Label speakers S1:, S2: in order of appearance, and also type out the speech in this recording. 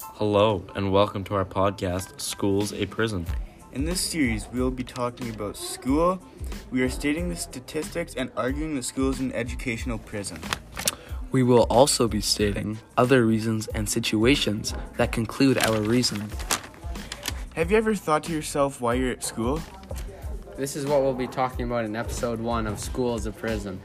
S1: Hello, and welcome to our podcast, School's a Prison.
S2: In this series, we will be talking about school. We are stating the statistics and arguing that school is an educational prison.
S3: We will also be stating other reasons and situations that conclude our reasoning.
S2: Have you ever thought to yourself why you're at school?
S4: This is what we'll be talking about in episode one of School as a Prison.